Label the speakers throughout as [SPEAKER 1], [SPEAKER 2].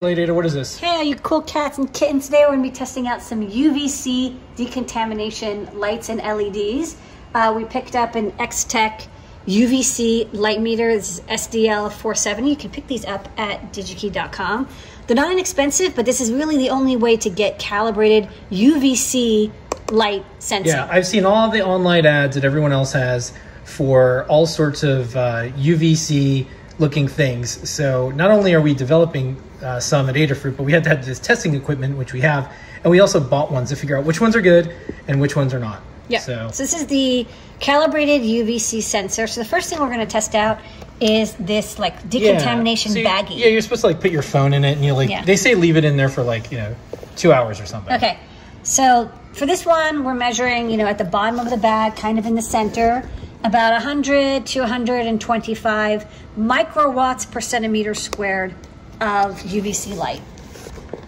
[SPEAKER 1] Data, what is this?
[SPEAKER 2] Hey, all you cool cats and kittens. Today we're going to be testing out some UVC decontamination lights and LEDs. Uh, we picked up an X-Tech UVC light meter. This is SDL 470. You can pick these up at digikey.com. They're not inexpensive, but this is really the only way to get calibrated UVC light sensing.
[SPEAKER 1] Yeah, I've seen all the online ads that everyone else has for all sorts of uh, UVC looking things. So not only are we developing uh, some at Adafruit, but we had to have this testing equipment, which we have, and we also bought ones to figure out which ones are good and which ones are not.
[SPEAKER 2] Yeah.
[SPEAKER 1] So,
[SPEAKER 2] this is the calibrated UVC sensor. So the first thing we're going to test out is this like decontamination
[SPEAKER 1] So you-
[SPEAKER 2] baggie.
[SPEAKER 1] Yeah, you're supposed to like put your phone in it, and you like
[SPEAKER 2] Yeah.
[SPEAKER 1] they say leave it in there for like you know two hours or something.
[SPEAKER 2] Okay. So for this one, we're measuring, you know, at the bottom of the bag, kind of in the center, about 100 to 125 microwatts per centimeter squared of UVC light.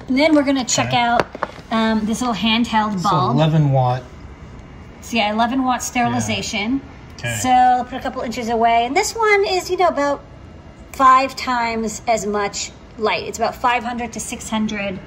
[SPEAKER 2] And then we're going to check
[SPEAKER 1] Okay.
[SPEAKER 2] out um, this little handheld
[SPEAKER 1] So
[SPEAKER 2] bulb.
[SPEAKER 1] 11 watt.
[SPEAKER 2] So yeah, 11 watt sterilization.
[SPEAKER 1] Okay.
[SPEAKER 2] So I'll put a couple inches away. And this one is, you know, about five times as much light. It's about 500 to 600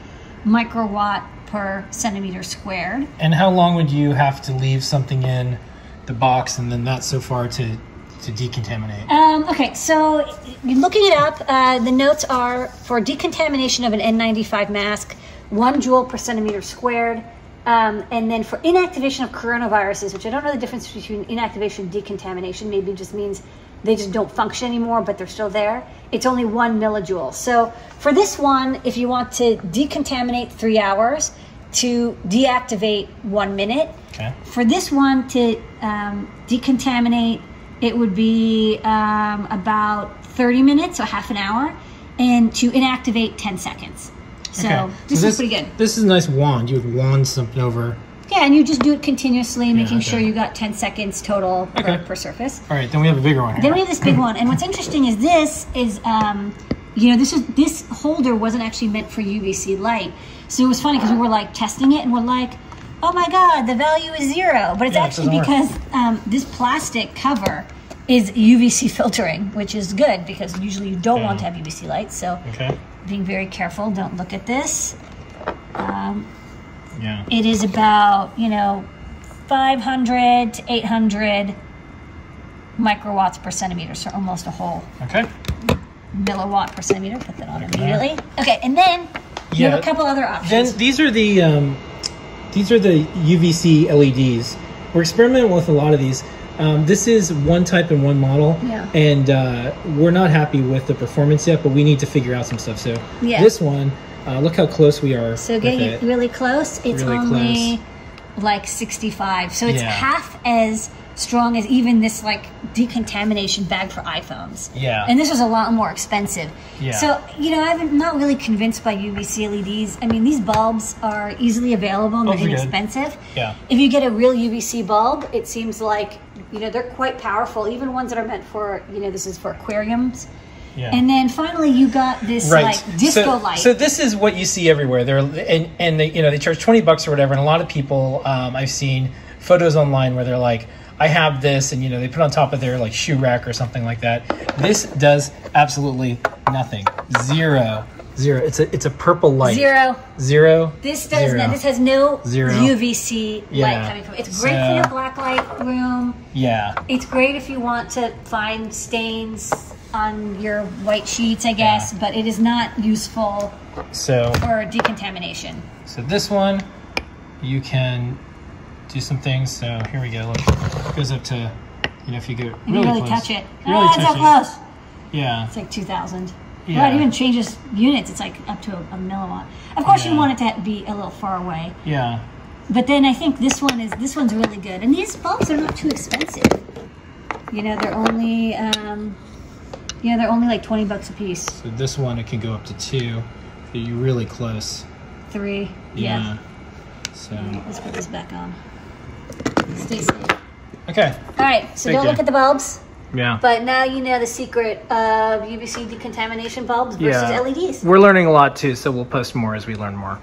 [SPEAKER 2] microwatt per centimeter squared.
[SPEAKER 1] And how long would you have to leave something in the box and then that so far to to decontaminate?
[SPEAKER 2] Um, okay, so you're looking it up, uh, the notes are for decontamination of an N95 mask, one joule per centimeter squared. Um, and then for inactivation of coronaviruses, which I don't know the difference between inactivation and decontamination, maybe it just means they just don't function anymore, but they're still there. It's only one millijoule. So for this one, if you want to decontaminate three hours, to deactivate one minute,
[SPEAKER 1] Okay.
[SPEAKER 2] for this one to um, decontaminate, it would be um, about 30 minutes, so half an hour, and to inactivate 10 seconds. So
[SPEAKER 1] okay.
[SPEAKER 2] this, is pretty good.
[SPEAKER 1] This is a nice wand. You would wand something over.
[SPEAKER 2] Yeah, and you just do it continuously, making
[SPEAKER 1] okay.
[SPEAKER 2] sure you got 10 seconds total per,
[SPEAKER 1] Okay.
[SPEAKER 2] per surface.
[SPEAKER 1] All right, then we have a bigger one here.
[SPEAKER 2] Then we have this big one, and what's interesting is this is, um, you know, this is this holder wasn't actually meant for UVC light, so it was funny because we were like testing it, and we're like, oh my god, the value is zero, but it's
[SPEAKER 1] Yeah, it
[SPEAKER 2] actually
[SPEAKER 1] doesn't work.
[SPEAKER 2] because um, this plastic cover is UVC filtering, which is good because usually you don't want to have UVC light, so
[SPEAKER 1] okay.
[SPEAKER 2] being very careful, don't look at this. Um,
[SPEAKER 1] Yeah.
[SPEAKER 2] it is about you know 500 to 800 microwatts per centimeter so almost a whole
[SPEAKER 1] Okay.
[SPEAKER 2] milliwatt per centimeter put that on
[SPEAKER 1] at that.
[SPEAKER 2] immediately okay and then you
[SPEAKER 1] Yeah.
[SPEAKER 2] have a couple other options
[SPEAKER 1] Then these are the um, these are the UVC LEDs. E We're experimenting with a lot of these. Um, this is one type and one model,
[SPEAKER 2] Yeah.
[SPEAKER 1] and uh, we're not happy with the performance yet. But we need to figure out some stuff. So
[SPEAKER 2] Yeah.
[SPEAKER 1] this one, uh, look how close we are.
[SPEAKER 2] so
[SPEAKER 1] with
[SPEAKER 2] getting
[SPEAKER 1] it.
[SPEAKER 2] it really close it's
[SPEAKER 1] Really
[SPEAKER 2] only like 65 so it's
[SPEAKER 1] Yeah.
[SPEAKER 2] half as strong as even this like decontamination bag for iphones
[SPEAKER 1] Yeah.
[SPEAKER 2] and this was a lot more expensive
[SPEAKER 1] Yeah.
[SPEAKER 2] so you know i'm not really convinced by uvc leds E i mean these bulbs are easily available and
[SPEAKER 1] Bulbs
[SPEAKER 2] they're
[SPEAKER 1] are Oh, good.
[SPEAKER 2] inexpensive
[SPEAKER 1] Yeah.
[SPEAKER 2] if you get a real uvc bulb it seems like you know they're quite powerful even ones that are meant for you know this is for aquariums
[SPEAKER 1] Yeah.
[SPEAKER 2] and then finally you got this like disco
[SPEAKER 1] so,
[SPEAKER 2] light
[SPEAKER 1] So this is what you see everywhere. They're and and they you know they charge twenty bucks or whatever. And a lot of people um, I've seen photos online where they're like, I have this, and you know they put on top of their like shoe rack or something like that. This does absolutely nothing. Zero. Zero. It's a it's a purple light.
[SPEAKER 2] zero
[SPEAKER 1] Zero.
[SPEAKER 2] This does
[SPEAKER 1] Zero.
[SPEAKER 2] not. This has no
[SPEAKER 1] Zero.
[SPEAKER 2] UVC
[SPEAKER 1] Yeah.
[SPEAKER 2] light coming from. it. It's great
[SPEAKER 1] So-
[SPEAKER 2] for your blacklight room.
[SPEAKER 1] Yeah.
[SPEAKER 2] It's great if you want to find stains on your white sheets, I guess. But it is not useful
[SPEAKER 1] So
[SPEAKER 2] for decontamination.
[SPEAKER 1] so this one, you can do some things. So here we go. Look, goes up to. You know, if you go
[SPEAKER 2] You
[SPEAKER 1] really,
[SPEAKER 2] can really
[SPEAKER 1] close.
[SPEAKER 2] touch it.
[SPEAKER 1] You
[SPEAKER 2] ah, it's
[SPEAKER 1] touch
[SPEAKER 2] up close.
[SPEAKER 1] It. Yeah.
[SPEAKER 2] It's like two thousand.
[SPEAKER 1] Yeah.
[SPEAKER 2] Well, it even changes units. It's like up to a, a milliwatt. Of course,
[SPEAKER 1] Yeah.
[SPEAKER 2] you want it to be a little far away.
[SPEAKER 1] Yeah.
[SPEAKER 2] But then I think this one is this one's really good, and these bulbs are not too expensive. You know, they're only um, yeah, they're only like twenty bucks a piece.
[SPEAKER 1] So this one, it can go up to two. So you're really close.
[SPEAKER 2] Three, yeah.
[SPEAKER 1] So
[SPEAKER 2] Let's put this back on. Stay safe.
[SPEAKER 1] okay.
[SPEAKER 2] All right, so
[SPEAKER 1] Thank
[SPEAKER 2] don't
[SPEAKER 1] you.
[SPEAKER 2] look at the bulbs,
[SPEAKER 1] Yeah.
[SPEAKER 2] but now you know the secret of UVC decontamination bulbs versus E LEDs.
[SPEAKER 1] We're learning a lot too, so we'll post more as we learn more.